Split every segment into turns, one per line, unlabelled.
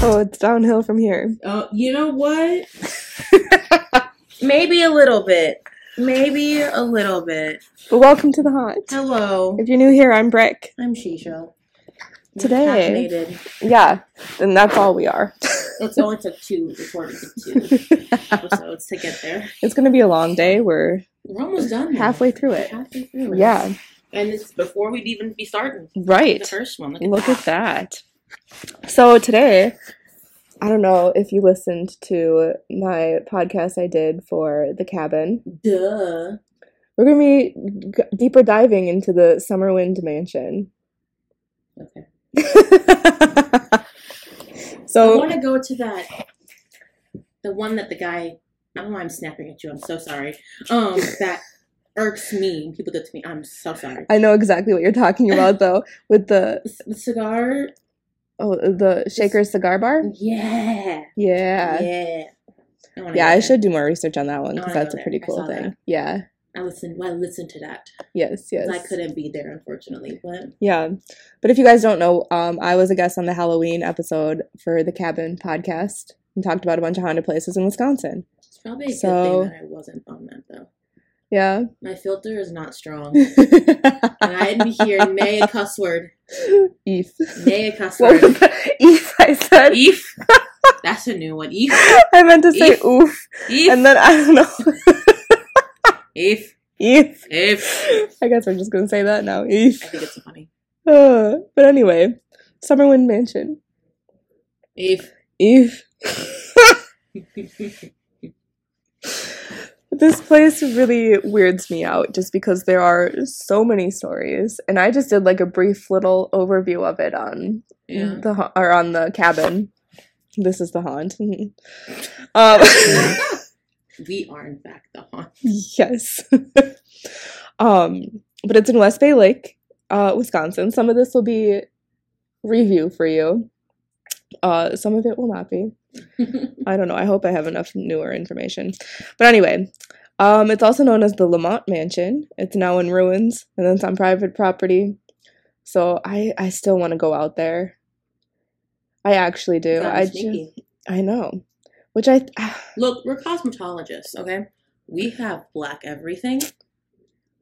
Oh, it's downhill from here.
Oh, you know what? Maybe a little bit. Maybe a little bit.
But welcome to the haunt.
Hello.
If you're new here, I'm Brick.
I'm Shisha. You're
Today-
caffeinated.
Yeah, and that's all we are.
It's only took two recordings of two episodes to get there.
It's gonna be a long day. We're
We're almost done. now.
halfway through
We're
it.
Halfway through. it.
Yeah,
And it's before we'd even be starting the
right.
first one. Look at
Look at that. So today, I don't know if you listened to my podcast I did for the cabin.
Duh.
We're gonna be g- deeper diving into the Summerwind Mansion.
Okay. I
so
want to go to that. The one that the guy. I don't know why I'm snapping at you. I'm so sorry. Um, that irks me. when People do it to me. I'm so sorry.
I know exactly what you're talking about, though, with the
The c- the cigar.
oh the Shaker Cigar Bar.
Yeah.
Yeah. yeah.
Yeah. I wanna
I
go
should do more research on that one
I
because
wanna
that's
go
a pretty
there. I
cool
saw that.
thing. Yeah.
there. I listened. Well, I listened to that.
Yes. Yes.
'cause I couldn't be there, unfortunately. But
Yeah. But if you guys don't know, um, I was a guest on the Halloween episode for the Cabin podcast and talked about a bunch of haunted places in Wisconsin.
it's probably a
So-
good thing that I wasn't on that though.
Yeah.
My filter is not strong, and
Eef.
I didn't hear nay a cuss word. Nay a cuss
What
word.
was that? Eef, I said.
Eef. That's a new one. Eef.
I meant to say
Eef.
oof.
Eef.
And then I don't know.
Eef.
Eef.
Eef.
I guess I'm just going to say that now. Eef.
I think it's funny.
Uh, but anyway, Summerwind Mansion.
If
Eef. This place really weirds me out just because there are so many stories, and I just did like a brief little overview of it on
Yeah.
the ha- or on the cabin. This is the haunt. um,
we are in fact the haunt.
yes, um, but it's in West Bay Lake, uh, Wisconsin. Some of this will be review for you. Uh, some of it will not be. I don't know. I hope I have enough newer information. But anyway, um, it's also known as the Lamont Mansion. It's now in ruins and it's on private property. So I, I still want to go out there. I actually do.
Kinda
I just,
sneaky.
I know. Which I ah,
Look, we're cosmetologists, okay? We have black everything.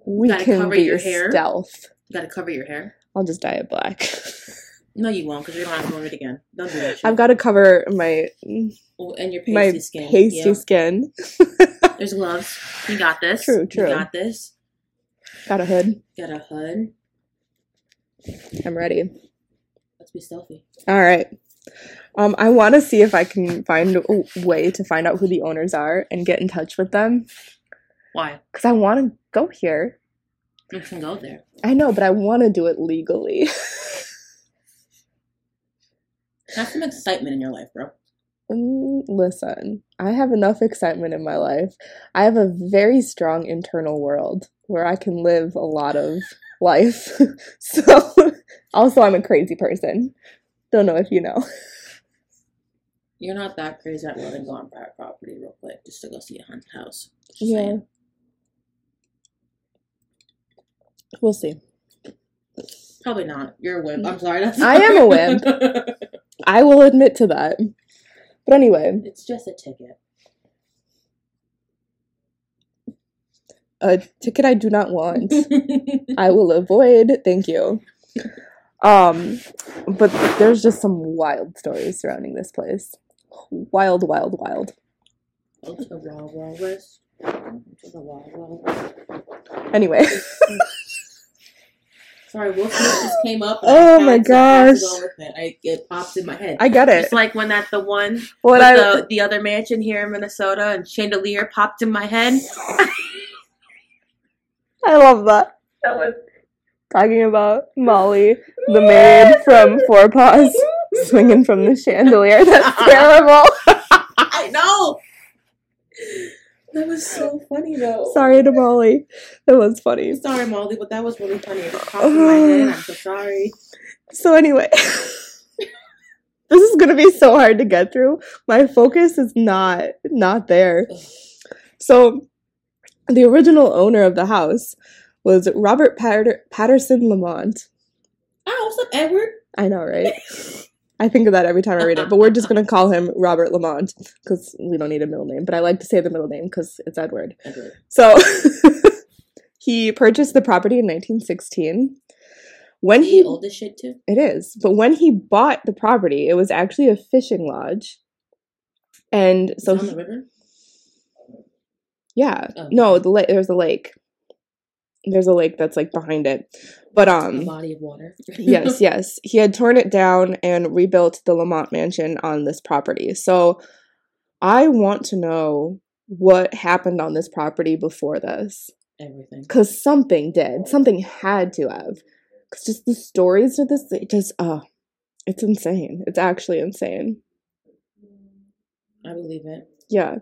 we
Gotta
can
cover
be
your hair.
stealth.
You gotta cover your hair.
I'll just dye it black.
No, you won't, because you're gonna have to wear it again. Don't do that shit.
I've got to cover my
Oh, and your pasty
my
skin.
pasty
yeah.
skin.
There's gloves. You got this.
True, true.
You got this.
Got a hood.
You got a hood.
I'm ready.
Let's be stealthy.
All right. Um, I want to see if I can find a way to find out who the owners are and get in touch with them
Why?
because I want to go here.
You can go there.
I know, but I want to do it legally.
Have some excitement in your life, bro.
Mm, Listen, I have enough excitement in my life. I have a very strong internal world where I can live a lot of life. so, also, I'm a crazy person. Don't know if you know.
You're not that crazy at willing to go on private property real quick just to go see a haunted house. Just
Yeah.
saying.
We'll see.
Probably not. You're a wimp. I'm sorry. That's
I am a wimp. I will admit to that. But anyway,
it's just a ticket.
a ticket I do not want. I will avoid. Thank you. Um, but there's just some wild stories surrounding this place. Wild, wild, wild.
Go to the Wild Wild West. Go to the Wild Wild West.
Anyway,
Sorry, Will Smith just came up. and
Oh
I
my
had to- I had to
gosh.
go with it. I, it popped in my head.
I get it.
It's like when that the one
What
with
I
the, the other mansion here in Minnesota and chandelier popped in my head.
I love that.
That was
Talking about Molly, the maid from Four Paws, swinging from the chandelier. That's terrible.
I know. That was so funny though.
Sorry to Molly. That was funny.
Sorry, Molly, but that was really funny. It just popped in my head. I'm so sorry.
So anyway, this is gonna be so hard to get through. My focus is not not there. So, the original owner of the house was Robert Patter- Patterson Lamont.
Oh, what's up, Edward?
I know, right? I think of that every time I read it, but we're just gonna call him Robert Lamont because we don't need a middle name. But I like to say the middle name because it's Edward.
Edward.
So he purchased the property in 1916. When
He
he
old as shit too.
it is, but when he bought the property, it was actually a fishing lodge. And
So
so
on the river.
yeah,
Oh.
no, the lake there's a lake. There's a lake that's like behind it. But
a
um
body of water.
yes, yes. He had torn it down and rebuilt the Lamont mansion on this property. So I want to know what happened on this property before this.
Everything.
because something did something had to have because just the stories of this it just uh it's insane it's actually insane
I believe it.
yeah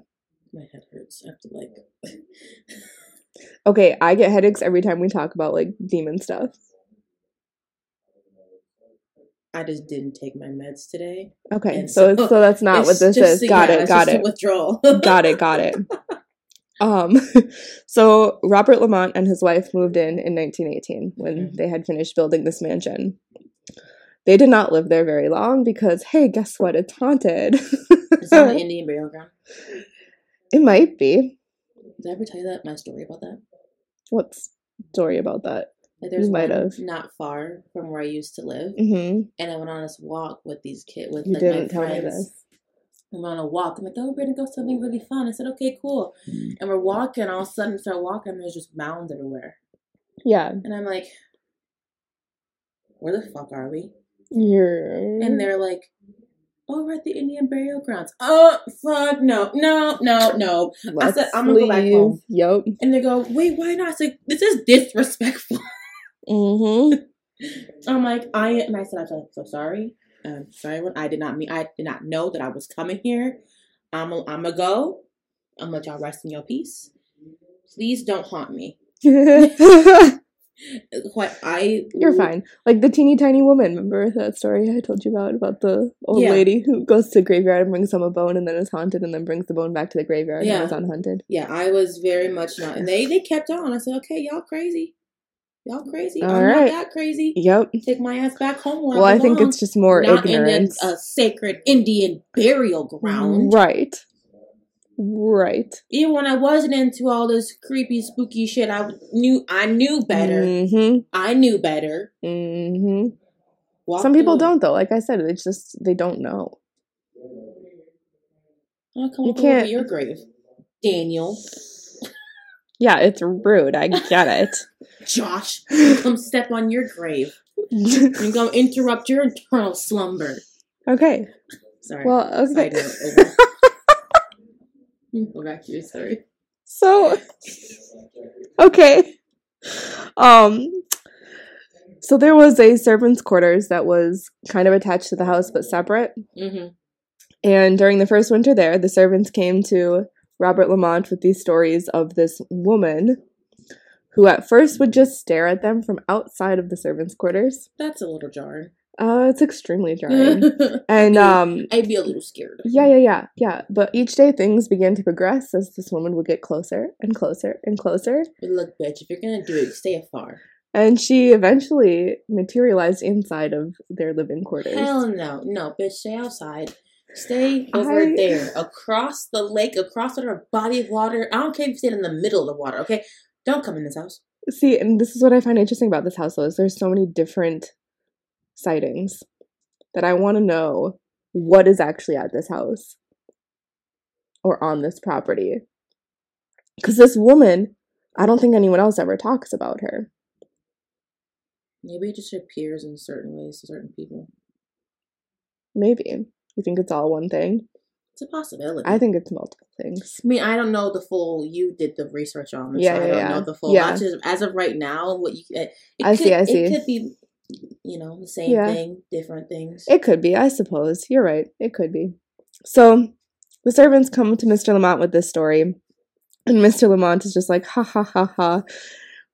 My head hurts. I have to like.
okay i get headaches every time we talk about like demon stuff
I just didn't take my meds today.
okay
And
so
so-
it's, so that's not what
It's
this
just-
is got
yeah,
it
it's
got
just a
it
Withdrawal.
got it got it um so robert lamont and his wife moved in in 1918 when
Mhm.
they had finished building this mansion they did not live there very long because hey guess what it's haunted
It's on the Indian burial ground.
it might be
Did I ever tell you that my story about that?
What story about that?
Like there's
might
one
have.
not far from where I used to live,
hmm
and I went on this walk with these kids with
You
like my
didn't tell me
friends.
this.
We went on a walk. I'm like, oh, we're gonna go something really fun. I said, okay, cool.
Mm.
And we're walking. All of a sudden, start walking. And there's just mounds everywhere,
Yeah,
and I'm like, where the fuck are we?
you're.
and they're like, "Oh, we're at the Indian burial grounds." Oh, fuck, no, no, no, no.
Let's
said, "I'm gonna go back
leave."
home.
Yep.
And they go, "Wait, why not?" It's like this is disrespectful.
Mm-hmm.
I'm like, I and I said, I'm so- so sorry. Um, sorry, everyone. I did not mean. I did not know that I was coming here. I'm. A, I'm a go. I'm gonna let y'all rest in your peace. Please don't haunt me. What I
you're fine. Like the teeny tiny woman. Remember that story I told you about about the old
Yeah.
lady who goes to the graveyard and brings home a bone and then is haunted and then brings the bone back to the graveyard
Yeah.
and is unhunted.
Yeah, I was very much not. And they they kept on. I said, okay, y'all crazy. Y'all crazy.
All
I'm
right.
not that crazy.
Yep.
Take my ass back home. Where
Well, I think
belong.
it's just more
not
ignorance.
in a, a sacred Indian burial ground.
right. Right.
Even when I wasn't into all this creepy, spooky shit, I knew I knew better.
Mm-hmm.
I knew better.
Mm-hmm.
Walked
Some people
through it.
don't though. Like I said, it's just they don't know.
I'll come
You
up over
can't-
your grave, Daniel,
Yeah, it's rude. I get
Josh. I'll Come step on your grave.
it.
I'm gonna interrupt your eternal slumber.
okay.
Sorry.
Well,
Side
okay.
note, over. Go back to your story.
So okay. Um so there was a servants' quarters that was kind of attached to the house but separate.
hmm
And during the first winter there, the servants came to Robert Lamont with these stories of this woman who at first would just stare at them from outside of the servants' quarters.
That's a little jarring.
Uh, it's extremely jarring.
I'd
and um
be a little scared.
Yeah, yeah, yeah, yeah. But each day things began to progress as this woman would get closer and closer and closer.
But look, bitch, if you're gonna do it, stay afar.
And she eventually materialized inside of their living quarters.
Hell no, no, bitch, stay outside. Stay
I-
over there, across the lake, across whatever body of water. I don't care if you stay in the middle of the water, okay? Don't come in this house.
See, and this is what I find interesting about this house though, is there's so many different sightings that I want to know what is actually at this house or on this property. Cause this woman, I don't think anyone else ever talks about her.
Maybe it just appears in certain ways to certain people.
Maybe. You think it's all one thing?
It's a possibility.
I think it's multiple things.
I mean, I don't know the full. You did the research on it,
Yeah,
so I
yeah,
don't
yeah.
know the full.
Yeah.
I just- as of right now, what you it, it
I
could,
see, I see.
It could be, you know, the same
Yeah.
thing, different things.
It could be, I suppose. You're right. It could be. So the servants come to Mr. Lamont with this story. And Mr. Lamont is just like, ha ha ha ha.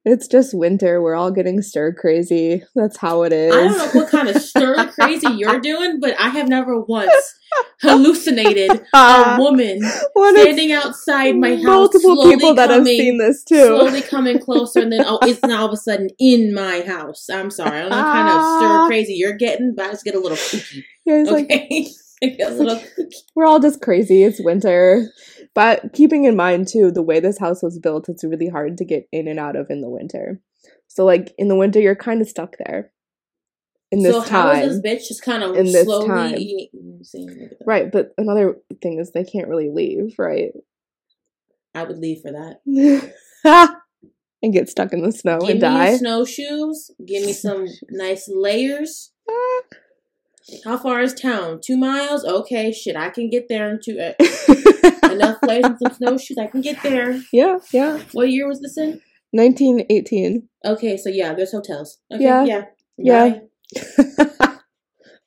It's just winter. We're all getting stir crazy. That's how it is.
I don't know what kind of stir crazy you're doing, but I have never once hallucinated a woman
Uh, When it's
uh, standing outside my house.
multiple
slowly
people that have
coming-
seen this too.
Slowly coming closer, and then oh, it's now all of a sudden in my house. I'm sorry, I don't know what kind of stir crazy you're getting, but I just get a little spooky.
Yeah, he's Ah. like,
Okay, I get a little kooky.
we're all just crazy. It's winter. But keeping in mind, too, the way this house was built, it's really hard to get in and out of in the winter. So, like, in the winter, you're kind of stuck there in this
so how
time.
is this bitch just kind of
In this
slowly
time.
eating? seeing-
right. But another thing is they can't really leave, right?
I would leave for that.
and get stuck in the snow
give
Oh, and
me
die.
snowshoes. Give me some nice layers.
Ah.
How far is town? Two miles. Okay, shit, I can get there in two. Uh, enough layers and some snowshoes. I can get there.
yeah, yeah.
What year was this in?
1918.
Okay, so yeah, there's hotels. Okay,
Yeah.
yeah, yeah,
Yeah.
Bye.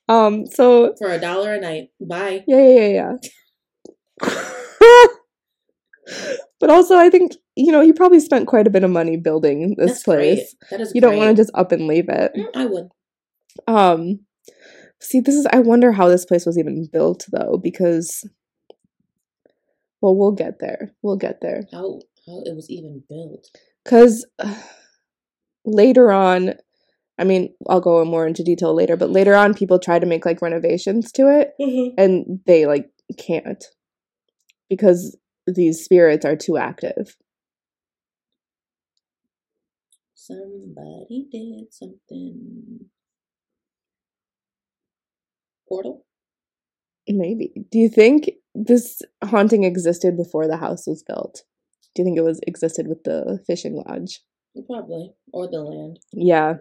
um, so
for a dollar a night. Bye.
Yeah, yeah, yeah, yeah. but also, I think you know he probably spent quite a bit of money building this place.
Great. That is.
You don't want to just up and leave it.
I would.
Um, see, this is. I wonder how this place was even built, though, because. Well, we'll get there. We'll get there.
How how oh, it was even built.
Because later on, I mean, I'll go more into detail later, but later on, people try to make like renovations to it, and they like can't because these spirits are too active.
Somebody did something. Portal.
Maybe. Do you think this haunting existed before the house was built? Do you think it was existed with the fishing lodge?
Probably. Or the land.
Yeah.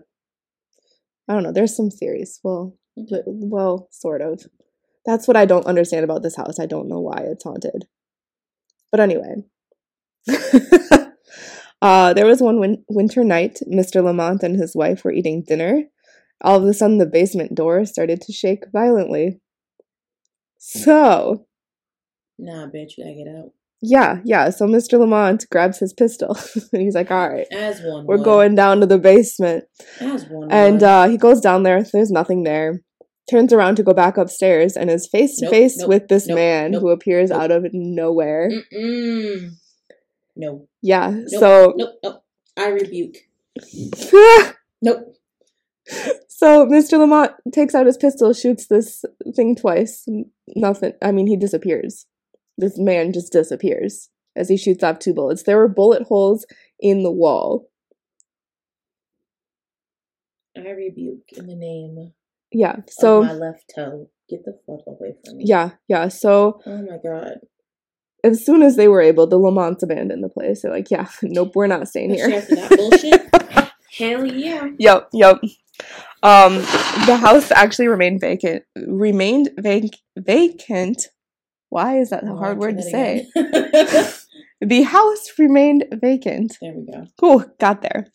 I don't know. There's some theories. Well,
Okay.
but- well, sort of. That's what I don't understand about this house. I don't know why it's haunted. But anyway. uh, there was one win- winter night, Mr. Lamont and his wife were eating dinner. All of a sudden, the basement door started to shake violently. So,
Nah, bitch, you gotta get out.
Yeah, yeah. So Mr. Lamont grabs his pistol and he's like, All right,
As one.
we're
would.
going down to the basement.
As one.
And
would.
uh, he goes down there. There's nothing there. Turns around to go back upstairs and is face to
Nope,
face
nope,
with this
nope,
man
nope,
who appears
nope.
out of nowhere.
Mm-mm. No.
Yeah, so.
Nope. Nope. I rebuke. Nope.
so Mr. Lamont takes out his pistol, shoots this thing twice. N- Nothing. I mean, he disappears. This man just disappears as he shoots off two bullets. There were bullet holes in the wall.
I rebuke in the name
Yeah, so.
of Oh, my left toe. Get the fuck away from me.
Yeah, yeah. So
Oh my god.
as soon as they were able, the Lamonts abandoned the place. They're like, yeah, nope, we're not staying
Especially
here.
After that bullshit. Hell yeah.
Yep, yep. Um, the house actually remained vacant. Remained vac- vacant. Why is that a
Oh,
hard
try
word to
that
say?
again.
The house remained vacant.
there we go.
Cool, got there.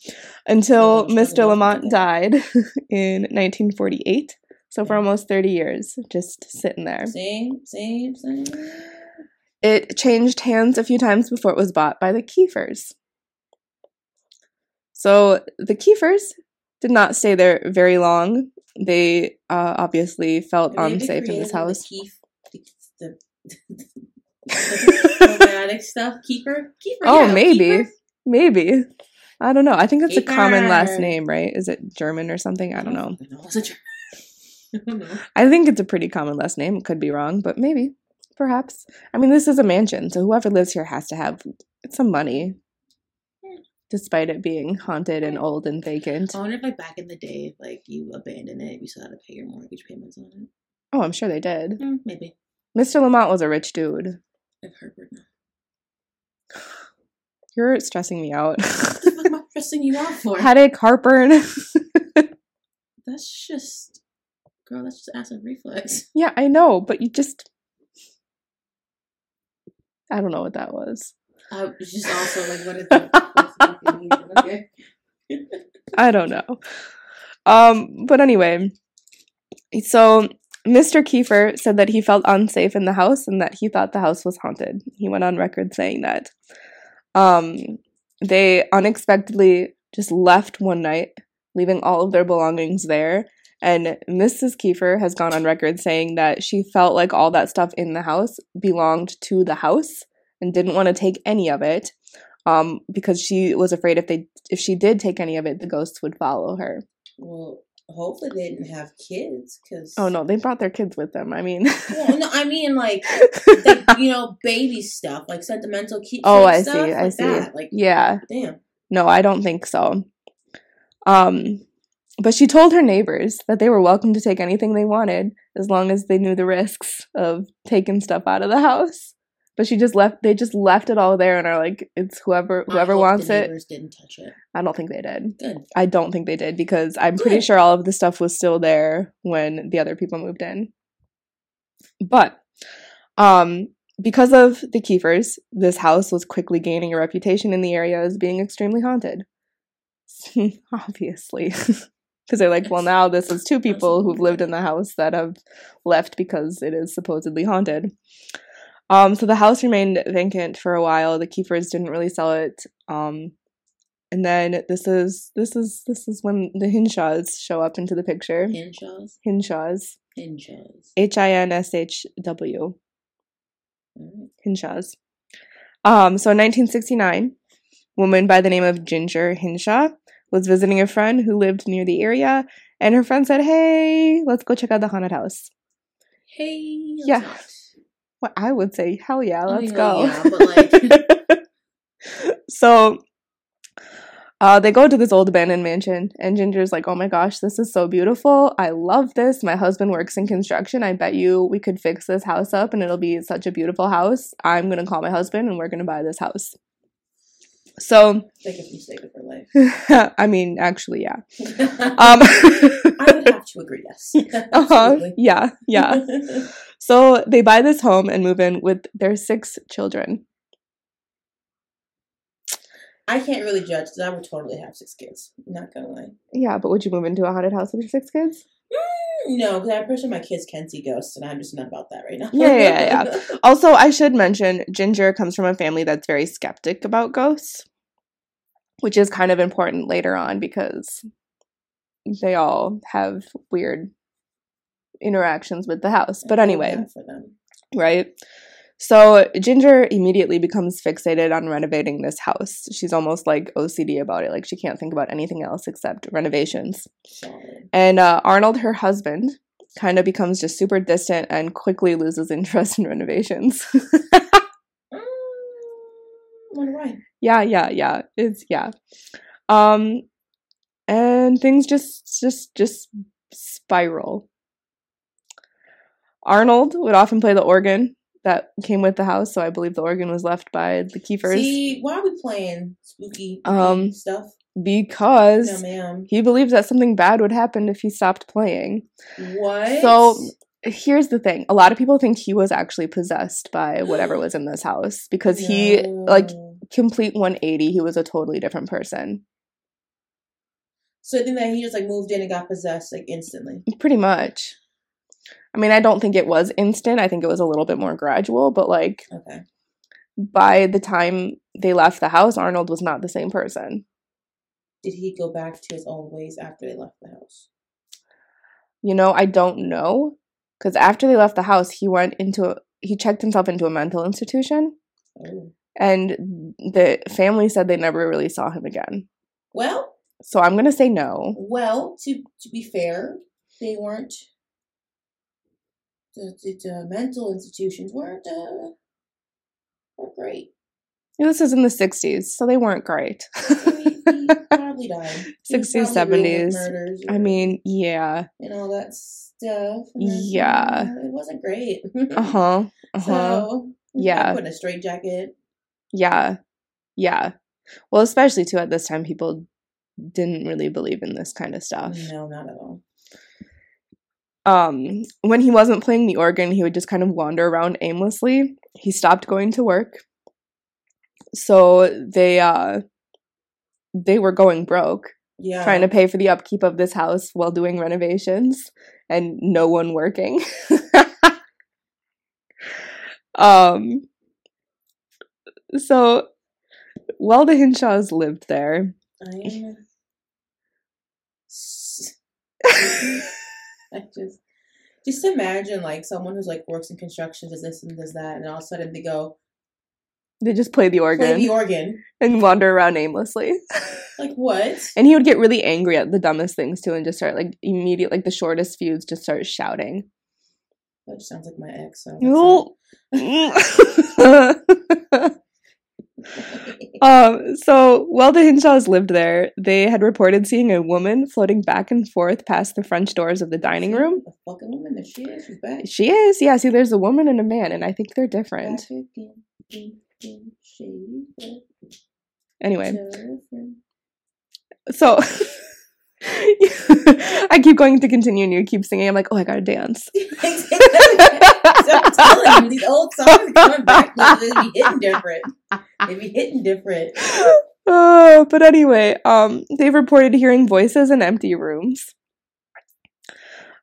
Until
Yeah, that's
Mr.
what
Lamont
I'm
died in 1948. So for
Yeah.
almost 30 years, just sitting there.
Same, same, same.
It changed hands a few times before it was bought by the Kiefers. So the Kiefers did not stay there very long. They uh, obviously felt
Maybe
unsafe in
created
this
the
house.
Keef- the- probiotic stuff. Keeper? Keeper.
Oh,
yeah,
maybe.
Keeper.
Maybe. I don't know. I think that's a common last
Kiefer.
name, right? Is it German or something? I don't know.
I don't know. It's a German. I don't know.
I think it's a pretty common last name. Could be wrong, but maybe. Perhaps. I mean, this is a mansion, so whoever lives here has to have some money,
Hmm.
despite it being haunted and old and vacant.
I wonder if, like, back in the day, if, like, you abandoned it, you still had to pay your mortgage payments on it.
Oh, I'm sure they did.
Hmm, maybe.
Mr. Lamont was a rich dude.
I've heard right now.
You're stressing me out.
What the fuck am I stressing you out for?
Headache, heartburn.
that's just, girl, that's just acid reflux.
yeah, I know, but you just. I don't know what that was.
I was Uh, just also like, what is that? okay.
I don't know. Um, but anyway, so Mr. Kiefer said that he felt unsafe in the house and that he thought the house was haunted. He went on record saying that. Um, they unexpectedly just left one night, leaving all of their belongings there. And Mrs. Kiefer has gone on record saying that she felt like all that stuff in the house belonged to the house and didn't want to take any of it um, because she was afraid if they if she did take any of it, the ghosts would follow her.
Well, hopefully they didn't have kids because.
Oh no, they brought their kids with them. I mean,
Well, no, I mean like, like you know, baby stuff, like sentimental keepsake
oh, I see,
stuff, like
I see.
that. Like,
yeah.
damn.
No, I don't think so. Um, but she told her neighbors that they were welcome to take anything they wanted as long as they knew the risks of taking stuff out of the house. But she just left. They just left it all there and are like, it's whoever
I
whoever
hope
wants
the
it.
neighbors Didn't touch it.
I don't think they did.
Good.
I don't think they did because I'm pretty
Good.
sure all of the stuff was still there when the other people moved in. But um, because of the Kiefers, this house was quickly gaining a reputation in the area as being extremely haunted. Obviously. Because they're like, well, now this is two people who've lived in the house that have left because it is supposedly haunted. Um, so the house remained vacant for a while. The Kiefers didn't really sell it. Um, and then this is this is this is when the Hinshaws show up into the picture.
Hinshaws.
Hinshaws,
Hinshaws.
H I N S H W,
Alright.
Hinshaws. Um, so in 1969, a woman by the name of Ginger Hinshaw was visiting a friend who lived near the area, and her friend said, "Hey, let's go check out the haunted house."
Hey. let's
Yeah.
not.
Well, I would say, "Hell yeah,
I
let's
mean,
go."
Oh, Yeah, but like,
so uh, they go to this old abandoned mansion, and Ginger's like, Oh my gosh, this is so beautiful. I love this. My husband works in construction. I bet you we could fix this house up and it'll be such a beautiful house. I'm going to call my husband and we're going to buy this house. So,
biggest mistake of her life.
I mean, actually, yeah.
I
Um,
would have to agree. Yes.
uh-huh,
Absolutely.
yeah, yeah. So they buy this home and move in with their six children.
I can't really judge because I would totally have six kids. Not gonna lie.
Yeah, but would you move into a haunted house with your six kids?
No, because I'm pretty sure my kids can see ghosts, and I'm just not about that right now.
Yeah, yeah, Also, I should mention Ginger comes from a family that's very skeptic about ghosts, which is kind of important later on because they all have weird interactions with the house. But
I feel
anyway,
bad for them.
right? So Ginger immediately becomes fixated on renovating this house. She's almost like OCD about it. Like she can't think about anything else except renovations.
Solid.
And uh, Arnold, her husband, kind of becomes just super distant and quickly loses interest in renovations.
Mm, wonder why.
yeah yeah yeah it's yeah um and things just just just spiral arnold would often play the organ that came with the house so i believe the organ was left by the keepers
See, why are we playing spooky
Um,
stuff?
because
No, ma'am.
he believed that something bad would happen if he stopped playing
What?
So- here's the thing a lot of people think he was actually possessed by whatever was in this house because he like
No.
complete 180 he was a totally different person
So I think that he just like moved in and got possessed like instantly.
Pretty much. I mean, I don't think it was instant. I think it was a little bit more gradual, but like
Okay.
by the time they left the house, Arnold was not the same person.
Did he go back to his own ways after they left the house?
You know, I don't know. Because after they left the house, he went into, a, he checked himself into a mental institution,
Oh.
and the family said they never really saw him again.
Well,
So I'm going to say no.
well. To to be fair, they weren't. The, the, the mental institutions weren't uh, were great.
This is in the 60s, so they weren't great.
I mean, he probably died. He was
60s,
probably riddled with
70s.
murders
I
or-
mean, yeah.
and all that stuff. and then,
Yeah.
you know, it wasn't great.
Uh huh. Uh huh.
So
Yeah.
put in a straight jacket.
Yeah. Yeah. Well, especially too at this time people didn't really believe in this kind of stuff.
No, not at all.
Um when he wasn't playing the organ, he would just kind of wander around aimlessly. He stopped going to work. So they uh they were going broke
Yeah,
trying to pay for the upkeep of this house while doing renovations and no one working. um so well, the Hinshaws lived there.
I am. I just just imagine like someone who's like works in construction, does this and does that, and all of a sudden they go
they just play the organ
play the organ.
and wander around aimlessly.
Like what?
and he would get really angry at the dumbest things too, and just start like immediate, like the shortest fuse, just start shouting.
Which sounds like my ex. So
No. Um, so while the Hinshaws lived there, they had reported seeing a woman floating back and forth past the French doors of the dining room.
A fucking woman. There she is. She's back.
She is, yeah. See, there's a woman and a man, and I think they're different.
Back again, in- in shade.
Anyway,
Different.
so I keep going to continue, and you keep singing. I'm like, oh, I gotta dance.
So I'm telling you, these old songs are coming back. Like, they be hitting different. They be hitting different.
oh, but anyway, um, they've reported hearing voices in empty rooms.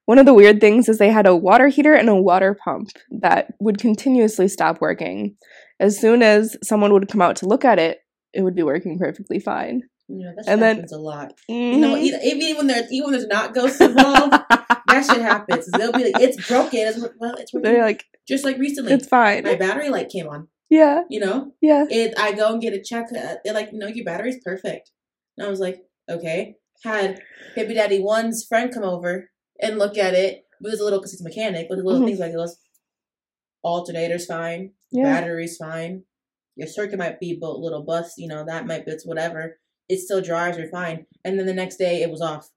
One of the weird things is they had a water heater and a water pump that would continuously stop working. As soon as someone would come out to look at it, it would be working perfectly fine.
You know, that shit
And then- Mm-hmm.
happens a lot. You know, even, even when there's even when there's not ghosts involved, that shit happens. They'll be like, it's broken. It's like, well, it's working.
They're like,
Just like recently,
it's fine.
my battery light came on.
Yeah,
You know,
yeah.
it. I go and get a check. uh, They're like, no, your battery's perfect. And I was like, okay. Had Baby Daddy One's friend come over and look at it. It was a little because he's a mechanic, but the little
Mhm.
things like it was alternator's fine.
Yeah.
battery's fine. Your circuit might be a little bust, you know, that might be it's whatever. It still drives, you're fine. And then the next day it was off.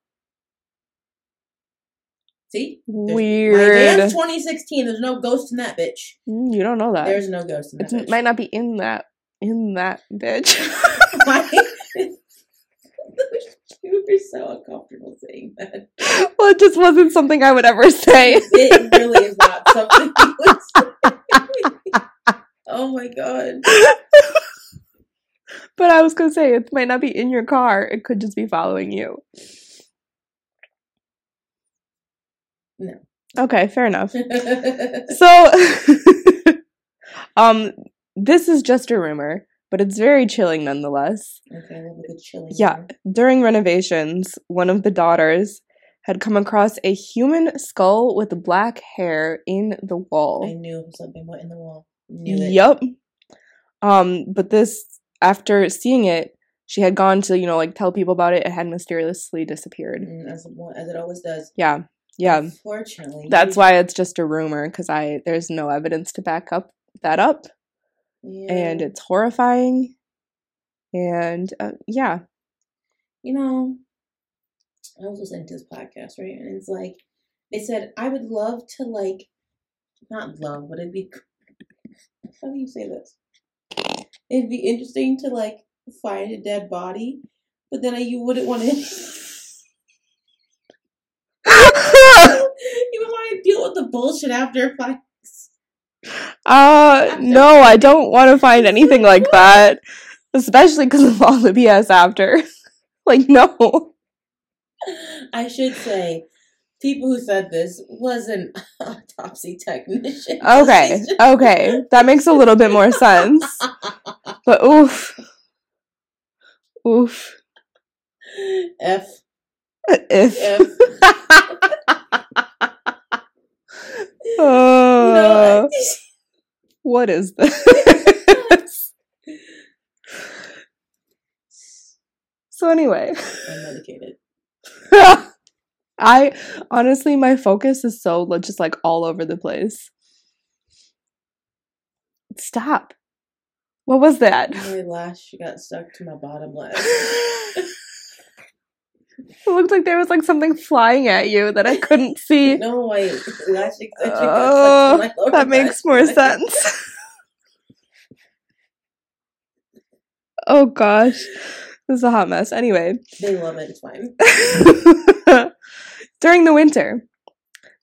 See? My
Weird.
Vans 2016. There's no ghost in that bitch.
Mm, You don't know that.
There's no ghost in that
It
bitch.
might not be in that in that bitch.
you were so uncomfortable saying that.
well, it just wasn't something I would ever say.
It really is not something you would say. Oh my god.
But I was gonna say it might not be in your car. It could just be following you.
No.
Okay, fair enough. So, um, this is just a rumor, but it's very chilling nonetheless.
okay, that was a chilling.
Yeah.
one.
During renovations, one of the daughters had come across a human skull with black hair in the
I
wall.
knew something went in the wall. Knew it.
Yup. Um, but this after seeing it, she had gone to you know like tell people about it. It had mysteriously disappeared.
Mm, As, it wa- as it always does.
Yeah, yeah.
Fortunately,
That's why it's just a rumor because I there's no evidence to back up that up, and it's horrifying. And uh, yeah,
you know, I was listening to this podcast right, and it's like they said, I would love to like, not love, but it'd be. How do you say this? It'd be interesting to like find a dead body, but then you wouldn't want to. you would want to deal with the bullshit after five.
uh, no, I don't want to find anything like that, especially because of all the BS after. like, no,
I should say, people who said this wasn't autopsy technician.
okay, okay, that makes a little bit more sense. But oof, oof,
F.
if.
F.
Uh,
No.
What is this? so anyway,
I'm medicated.
I honestly my focus is so like, just like all over the place. Stop. What was that?
My lash got stuck to my bottom lip.
it looked like there was like something flying at you that I couldn't see.
No, my lash extension got stuck to my lower
Oh, That makes more
lash line.
sense. oh gosh. This is a hot mess. Anyway.
They love it. It's fine.
During the winter,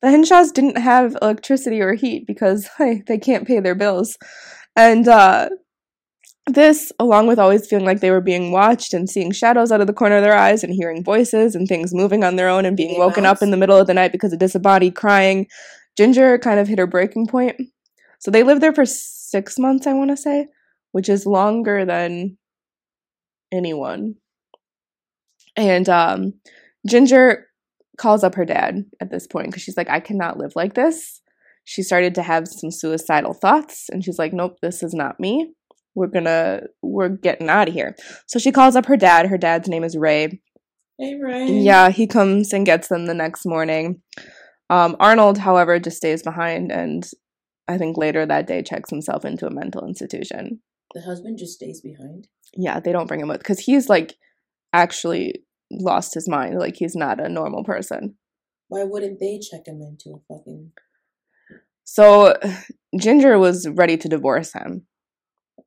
the Henshaws didn't have electricity or heat because hey, they can't pay their bills. And uh, this, along with always feeling like they were being watched and seeing shadows out of the corner of their eyes and hearing voices and things moving on their own and being
They
woken
bounce.
up in the middle of the night because of disembodied crying, Ginger kind of hit her breaking point. So they lived there for six months, I want to say, which is longer than anyone. And um, Ginger calls up her dad at this point because she's like, I cannot live like this. She started to have some suicidal thoughts, and she's like, Nope, this is not me. We're gonna, we're getting out of here. So she calls up her dad. Her dad's name is Ray.
Hey, Ray.
Yeah, he comes and gets them the next morning. Um, Arnold, however, just stays behind and I think later that day checks himself into a mental institution.
The husband just stays behind.
Yeah, they don't bring him with because he's like actually lost his mind. Like he's not a normal person.
Why wouldn't they check him into a fucking?
So Ginger was ready to divorce him.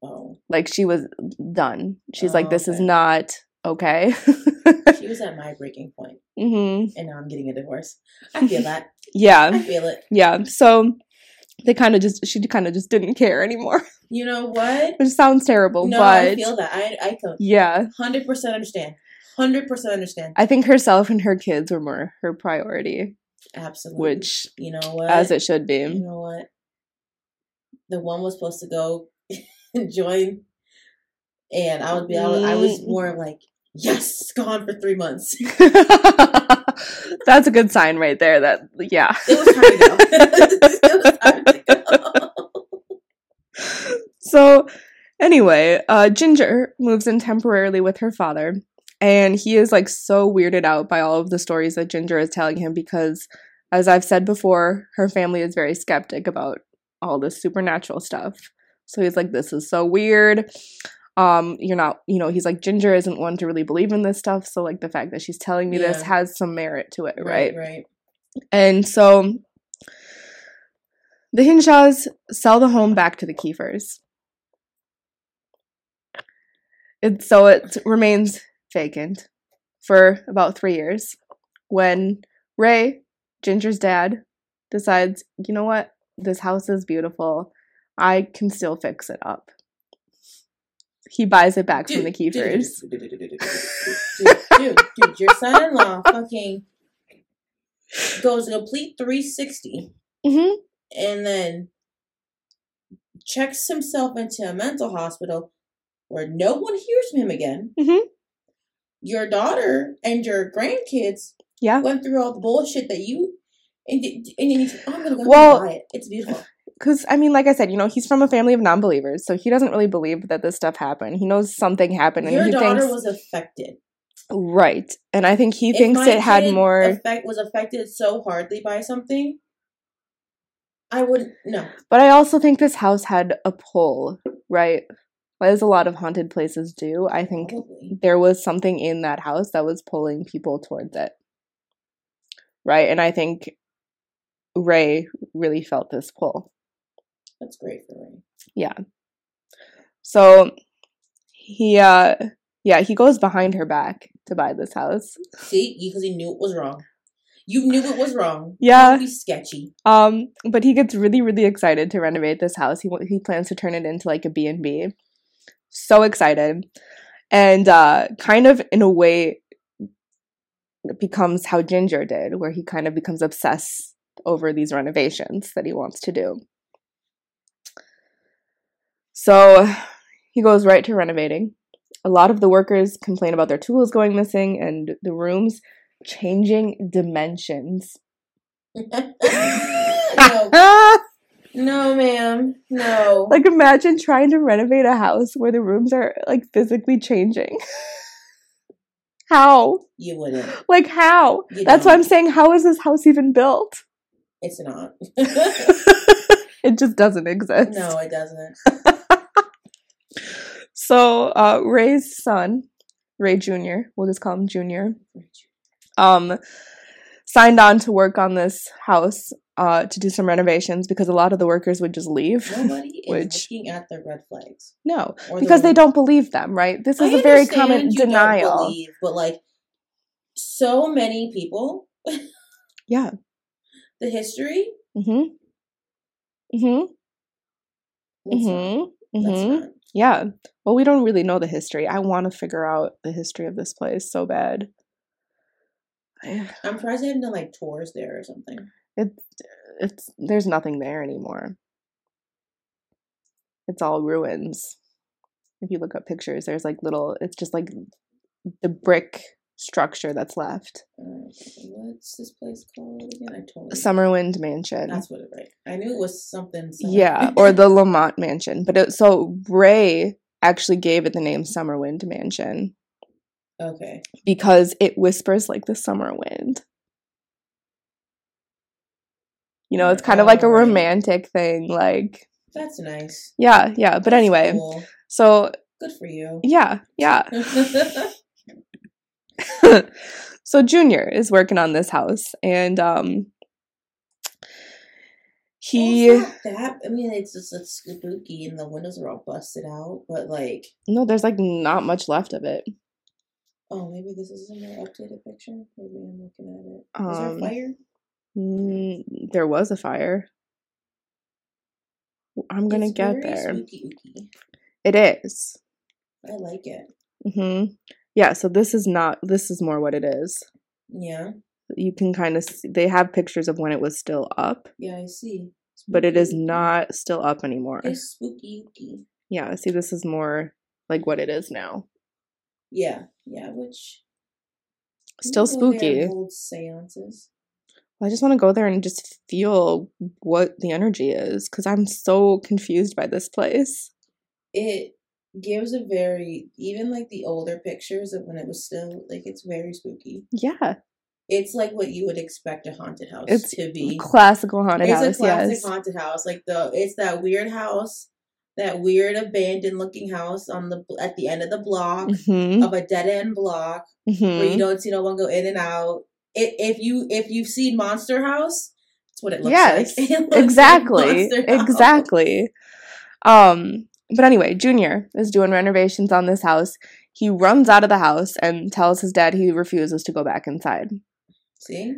Oh,
Like she was done. She's
Oh,
like, this is
okay.
not okay.
she was at my breaking point,
hmm
and now I'm getting a divorce. I feel that. I
Yeah,
feel it.
yeah. So they kind of just, she kind of just didn't care anymore,
You know what?
which sounds terrible,
No,
but
I feel that. I I can
yeah.
hundred percent understand. Hundred percent understand.
I think herself and her kids were more her priority,
Absolutely.
which,
you know what?
as it should
you
be.
know what? The one was supposed to go and join, and I would be. I was, I was
Mm.
more like, yes, gone for three months. Mm-hmm. It
That's a good sign right there. That yeah,
was time to go. it was time to go.
So, anyway, uh, Ginger moves in temporarily with her father, and he is like so weirded out by all of the stories that Ginger is telling him because, as I've said before, her family is very skeptic about all this supernatural stuff. So he's like, "This is so weird." Um, you're not, you know, he's like, Ginger isn't one to really believe in this stuff. So, like, the fact that she's telling me this
Yeah.
has some merit to it, right?
Right, right.
And so the Hinshaws sell the home back to the Kiefers. And so it remains vacant for about three years when Ray, Ginger's dad, decides, you know what, this house is beautiful. I can still fix it up. He buys it back from the Kiefers.
Dude, dude, dude, your son-in-law fucking goes a complete 360
hmm
and then checks himself into a mental hospital where no one hears from him again.
Mhm.
Your daughter and your grandkids
Yeah.
went through all the bullshit that you and and then you said, oh, I'm gonna go
Well-
buy it. It's beautiful.
because I mean, like I said, you know, he's from a family of non-believers, so he doesn't really believe that this stuff happened. He knows something happened, and
Your
he
daughter
thinks
was affected.
right. And I think he
If
thinks
my
it had
kid
more.
affect was affected so hardly by something. I wouldn't no.
but I also think this house had a pull, right? As a lot of haunted places do, I think
Probably.
there was something in that house that was pulling people towards it, right? And I think Ray really felt this pull.
That's great for me.
So he uh yeah, he goes behind her back to buy this house.
See, because he knew it was wrong. You knew it was wrong.
Yeah.
Don't be sketchy.
Um but he gets really really excited to renovate this house. He wa- he plans to turn it into like a B&B. So excited. And uh kind of in a way it becomes how Ginger did where he kind of becomes obsessed over these renovations that he wants to do. So he goes right to renovating. A lot of the workers complain about their tools going missing and the rooms changing dimensions. Ah!
no, no, ma'am, no.
like imagine trying to renovate a house where the rooms are like physically changing. how?
you wouldn't.
Like how?
You
That's why
don't.
I'm saying how is this house even built?
It's not.
It just doesn't exist.
no, it doesn't.
So uh, Ray's son, Ray Jr., we'll just call him Jr., um, signed on to work on this house uh, to do some renovations because a lot of the workers would just leave.
Nobody is
Which-
looking at the red flags.
No,
Or the
because they
red-
don't believe them, right? This is
I
a very
understand
common
you don't
denial.
believe, but like, so many people,
Yeah.
the history.
Mm hmm. Mm
let
hmm. Mm hmm.
Let's
Mm hmm.
not.
Yeah. Well, we don't really know the history. I want to figure out the history of this place so bad. I-
I'm surprised they haven't done like tours there or something.
It's it's there's nothing there anymore. It's all ruins. if you look up pictures, there's like little. It's just like the brick structure that's left.
Uh, what's this place called again? I totally.
Summerwind Mansion.
That's what it right. I knew it was something. something.
yeah, or the Lamont Mansion. But it, so Ray actually gave it the name Summerwind Mansion
okay.
because it whispers like the summer wind. You know, it's kind of like a
Alright.
romantic thing. Like,
That's nice.
yeah, yeah. But
That's
anyway,
cool.
so
good for you.
yeah, yeah. so Junior is working on this house, and um, he
It's not that I mean, it's just it's spooky and the windows are all busted out. But like,
no, there's like not much left of it.
oh, maybe this isn't an updated picture. Maybe I'm looking at it. Is there
Um,
a fire?
Mm, there was a fire. I'm gonna
It's
get
very
there.
spooky, ooky.
It is.
I like it.
Mm-hmm. Yeah, so this is not, this is more what it is.
Yeah,
You can kind of see, they have pictures of when it was still up,
yeah, I see.
but it is
Spooky, ooky.
not still up anymore.
Mm-hmm. It's spooky. ooky.
Yeah, see, this is more like what it is now.
Yeah, yeah. Which you
Still
go there and
spooky.
Hold seances.
I just want to go there and just feel what the energy is because I'm so confused by this place.
It gives a very even like the older pictures of when it was still like it's very spooky.
Yeah,
It's like what you would expect a haunted house
It's
to be.
classical haunted
it's
house.
a classic
yes.
haunted house. Like the it's that weird house, that weird abandoned looking house on the at the end of the block
hmm
of a dead end block where
hmm
you don't see no one go in and out. It, if you if you've seen Monster House, that's what it looks
Yes,
like. It looks like
exactly
Monster House.
exactly um but anyway junior is doing renovations on this house he runs out of the house and tells his dad he refuses to go back inside
See,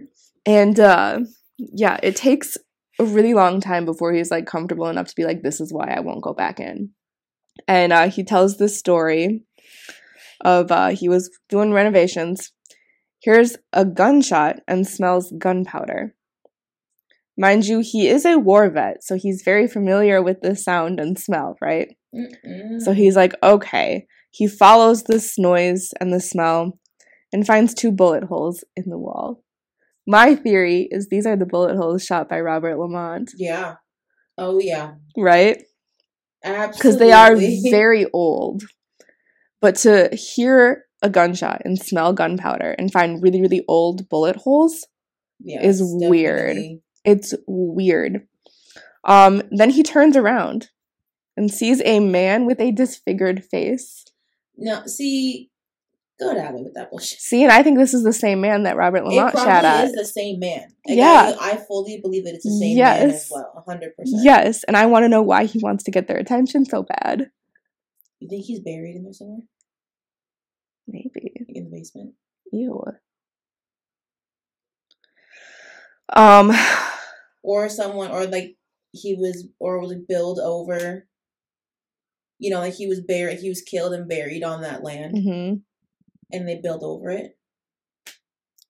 and uh yeah it takes a really long time before he's like comfortable enough to be like this is why i won't go back in and uh he tells this story of uh he was doing renovations hears a gunshot and smells gunpowder mind you he is a war vet so he's very familiar with the sound and smell right
Mm-mm.
so he's like, okay. He follows this noise and the smell and finds two bullet holes in the wall. My theory is these are the bullet holes shot by Robert Lamont,
yeah, oh yeah,
right? Because
absolutely.
they are very old. But to hear a gunshot and smell gunpowder and find really, really old bullet holes,
Yeah,
is
it's
weird.
definitely-
it's weird. Um, then he turns around and sees a man with a disfigured face.
No, see, go down with that bullshit.
See, and I think this is the same man that Robert
It
Lamont shot
probably
at.
is the same man. Like,
Yeah.
I, I fully believe that it's the same man as
Yes.
well, hundred percent.
Yes, and I want to know why he wants to get their attention so bad.
You think he's buried in there somewhere,
Maybe.
like in the basement?
Ew. Um
or someone or like he was or was billed over you know like he was buried he was killed and buried on that land
mhm.
and they built over it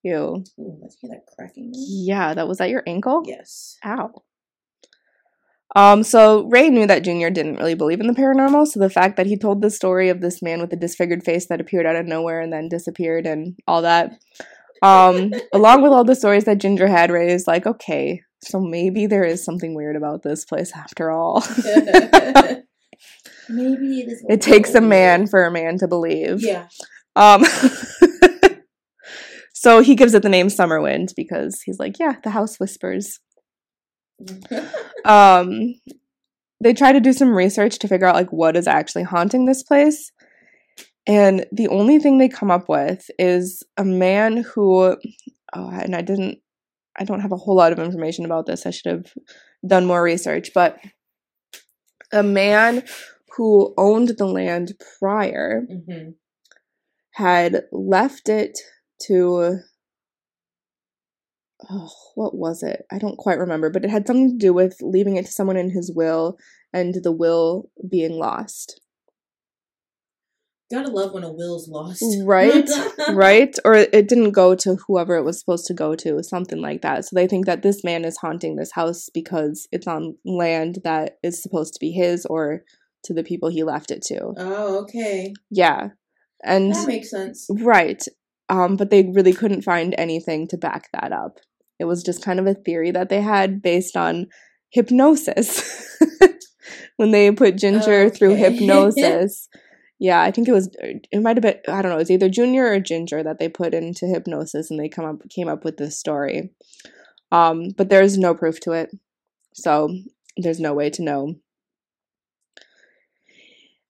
Ew.
Ooh, let's hear that cracking noise.
Mm-hmm. Yeah, that was at your ankle?
yes
Ow. Um, so Ray knew that Junior didn't really believe in the paranormal, so the fact that he told the story of this man with a disfigured face that appeared out of nowhere and then disappeared and all that. Um, along with all the stories that Ginger had, Ray is like, okay, so maybe there is something weird about this place after all.
maybe it is
It takes a man for a man to believe.
yeah
Um So he gives it the name Summerwind because he's like, yeah, the house whispers.
Mm-hmm.
Um they try to do some research to figure out like what is actually haunting this place. And the only thing they come up with is a man who oh, and I didn't I don't have a whole lot of information about this. I should have done more research, but a man who owned the land prior
hmm
had left it to oh, what was it? I don't quite remember, but it had something to do with leaving it to someone in his will and the will being lost.
gotta love when a will's lost
Right?
Uh-huh.
right? Or it didn't go to whoever it was supposed to go to, something like that. So they think that this man is haunting this house because it's on land that is supposed to be his or to the people he left it to.
Oh, okay.
Yeah. And
That makes sense.
right. Um, but they really couldn't find anything to back that up. It was just kind of a theory that they had based on hypnosis. when they put Ginger through
Okay.
hypnosis. Yeah, I think it was it might have been I don't know, it was either Junior or Ginger that they put into hypnosis and they come up came up with this story. Um, but there's no proof to it. So there's no way to know.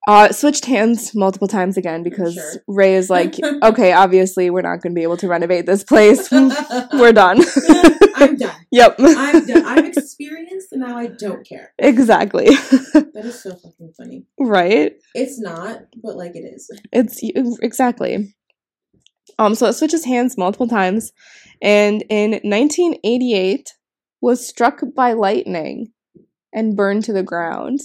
Uh, it switched hands multiple times again because
Sure.
Ray is like, mm, okay, obviously we're not going to be able to renovate this place. we're done.
I'm done.
yep.
I'm done. I've experienced and now I don't care.
exactly.
That is so fucking funny.
right?
It's not, but like it is.
It's exactly. Um, so it switches hands multiple times, and in 1988 was struck by lightning and burned to the ground.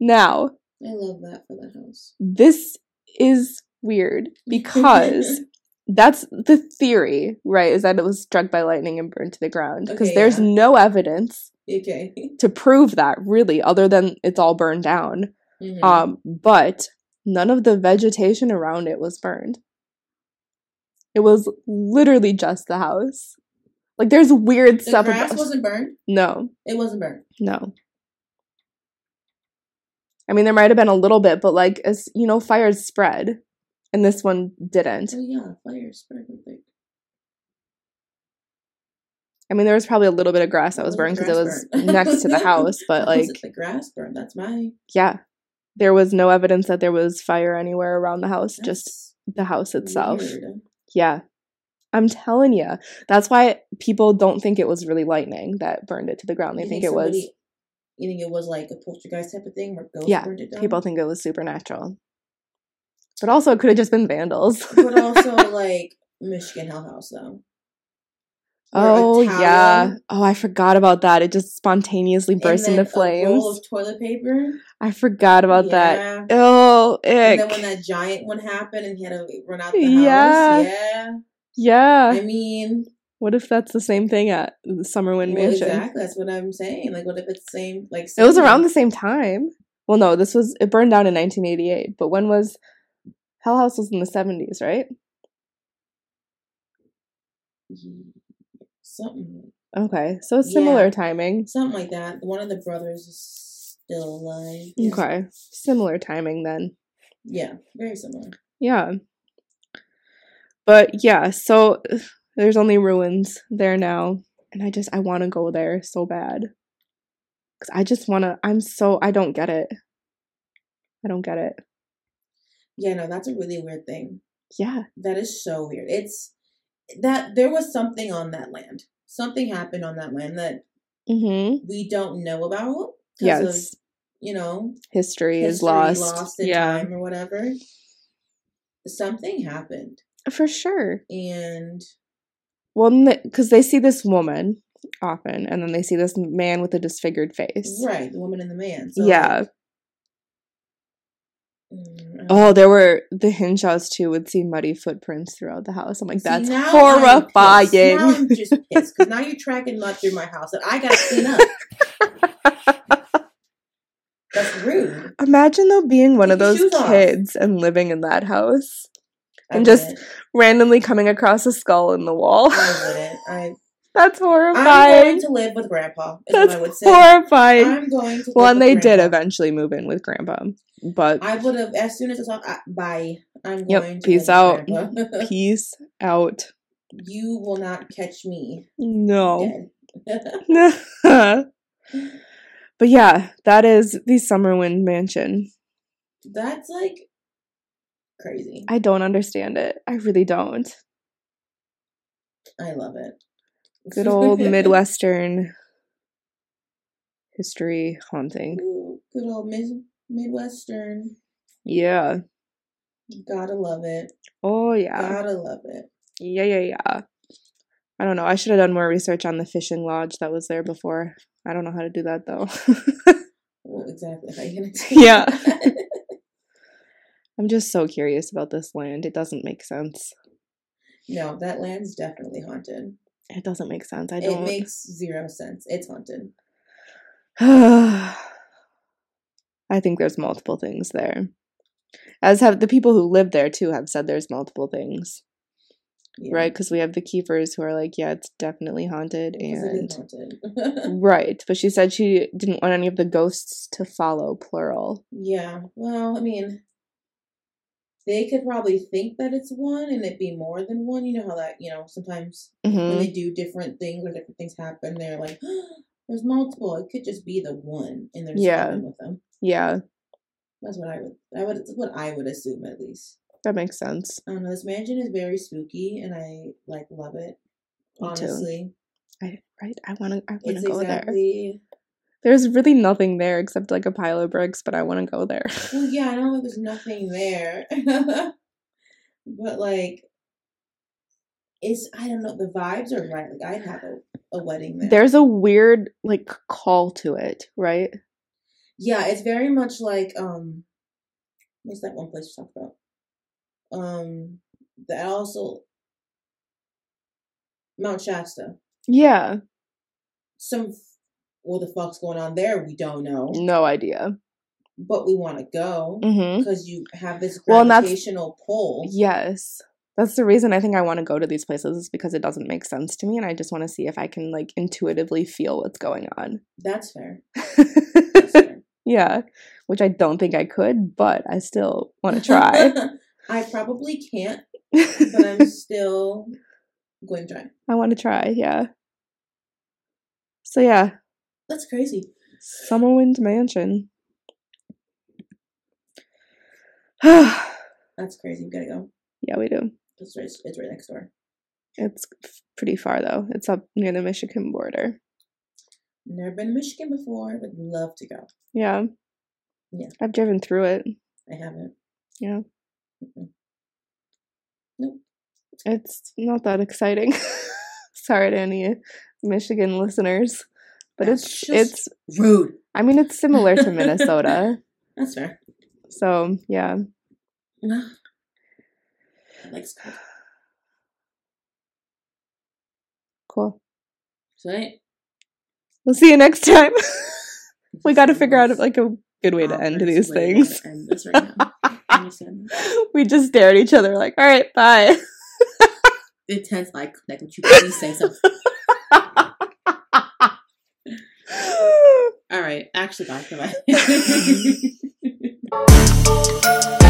Now
I love that for the house.
this is weird because that's the theory, right? Is that it was struck by lightning and burned to the ground because
Okay,
there's
yeah.
no evidence
okay.
to prove that really, other than it's all burned down.
Mhm.
Um, but none of the vegetation around it was burned. It was literally just the house. Like there's weird
the
stuff.
grass
about-
wasn't burned.
no,
It wasn't burned.
no. I mean, there might have been a little bit, but like as you know, fires spread, and this one didn't.
Oh yeah, fires burned. I think.
I mean, there was probably a little bit of grass that was burned because it
Grass
was
burned.
next to the house, but
How is
like,
it the grass burned. That's my
yeah, there was no evidence that there was fire anywhere around the house, just
that's
the house itself.
weird.
Yeah. I'm telling you. That's why people don't think it was really lightning that burned it to the ground. They
You
think, it was
somebody- You think it was like a poltergeist type of thing where ghosts
Yeah,
burned it down?
people think it was supernatural. But also it could have just been vandals.
but also like Michigan Hell House though. Or a
oh
towel
yeah. Oh, I forgot about that. It just spontaneously
and
burst
then
into
A roll
flames.
of toilet paper.
I forgot about that.
Yeah.
Oh, ick.
And then when that giant one happened and he had to run out the house.
Yeah.
Yeah.
yeah.
I mean,
What if that's the same thing at the Summerwind
well,
Mansion?
exactly. That's what I'm saying. Like, what if it's the same? Like,
It was around
same-
the same time. Well, no, this was it burned down in 1988. But when was Hell House was in the 70s, right?
something,
Okay, so it's
Yeah.
similar timing.
something like that. One of the brothers is still alive. Yeah.
Okay, similar timing then.
Yeah, very similar.
Yeah. But yeah, so ugh, there's only ruins there now, and I just I want to go there so bad. Cuz I just want to I'm so I don't get it. I don't get it.
Yeah, no, that's a really weird thing.
Yeah.
That is so weird. It's that there was something on that land. Something happened on that land that
Mhm.
we don't know about. 'cause
Yeah,
of,
it's,
you know,
history, is
history
lost.
in
yeah.
time or whatever. Something happened,
For sure.
and
Well, because they see this woman often, and then they see this man with a disfigured face.
right, the woman and the man. So
Yeah.
Mm, I
Oh, there were the Hinshaws too would see muddy footprints throughout the house. I'm like,
See,
that's
now I'm pissed.
horrifying.
now I'm just pissed because now you're tracking mud through my house that I gotta clean up. That's rude.
Imagine though being one
Take
of
your
those
shoes off.
kids and living in that house,
I
And just-
wouldn't.
randomly coming across a skull in the wall.
I wouldn't. I,
that's
I'm
horrifying.
going to live with Grandpa. Is
That's
what I would say.
horrifying.
I'm going to.
well,
live with
and they did
Grandpa.
eventually move in with Grandpa, but
I would have as soon as I saw. I, bye. I'm
Yep,
going. to
peace
live with
out.
Grandpa.
peace out.
you will not catch me.
No.
dead.
but yeah, that is the Summerwind Mansion.
That's like crazy. I,
I don't understand it. I really don't.
love it.
Good old Midwestern history haunting.
Ooh, good old mid- Midwestern.
Yeah.
Gotta love it.
Oh, yeah.
Gotta love it.
Yeah, yeah, yeah. I don't know. I should have done more research on the fishing lodge that was there before. I don't know how to do that though.
Well, exactly. How you gonna do
Yeah.
that?
I'm just so curious about this land. It doesn't make sense.
no, that land's definitely haunted.
It doesn't make sense. I
It
don't.
makes zero sense. It's haunted.
I I think there's multiple things there. As have the people who live there too have said there's multiple things, Right? 'Cause
Yeah,
right? Because we have the Keepers who are like, yeah, it's definitely haunted,
because it
and
is haunted.
right. But she said she didn't want any of the ghosts to follow, plural.
yeah. Well, I mean, they could probably think that it's one and it be more than one. You know how that, you know, sometimes when
hmm
they do different things or different things happen, they're like, there's multiple. It could just be the one and there's
Yeah.
something with them.
Yeah,
That's what I would. I would. That's what I would assume at least.
that makes sense.
I don't know. This mansion is very spooky, and I like love it.
Me too.
Honestly,
I, right? I want to. I want
it's
to go there.
exactly.
There's really nothing there except like a pile of bricks, but I want to go there.
Well, yeah, I know that there's nothing there, but like, it's I don't know. The vibes are right. Like I'd have a, a wedding there.
There's a weird like call to it, right?
Yeah, it's very much like um, what's that one place you talked about? Um, that also Mount Shasta.
Yeah,
Some what the fuck's going on there? We don't know.
no idea.
but we want to go
hmm
because you have this
Well, and that's-
gravitational pull.
Yes, that's the reason I think I want to go to these places is because it doesn't make sense to me, and I just want to see if I can like intuitively feel what's going on.
That's fair. That's fair.
yeah, which I don't think I could, but I still want to try.
I probably can't, but
I
I'm still going to try.
want to try. Yeah. So yeah,
That's crazy.
Summerwind Mansion. yeah,
That's crazy. We gotta go.
we do.
It's right, it's right next door.
It's f- pretty far though. It's up near the Michigan border.
Never been to Michigan before. Would love to go.
Yeah.
Yeah.
I've driven through it.
I haven't.
Yeah.
Mm-mm.
It's not that exciting. Sorry to any Michigan listeners, but
That's
it's
just-
it's
Rude.
I mean it's similar to Minnesota.
That's fair.
So, yeah.
No. I like school.
Cool.
So I-
We'll see you next time. we got to figure out like a good way to end
Awkward
these
way to
things.
end this right now. I understand.
we just stare at each other like, "All right, bye."
Intense eye contact. Would you please say something? All right. Actually, bye. Bye.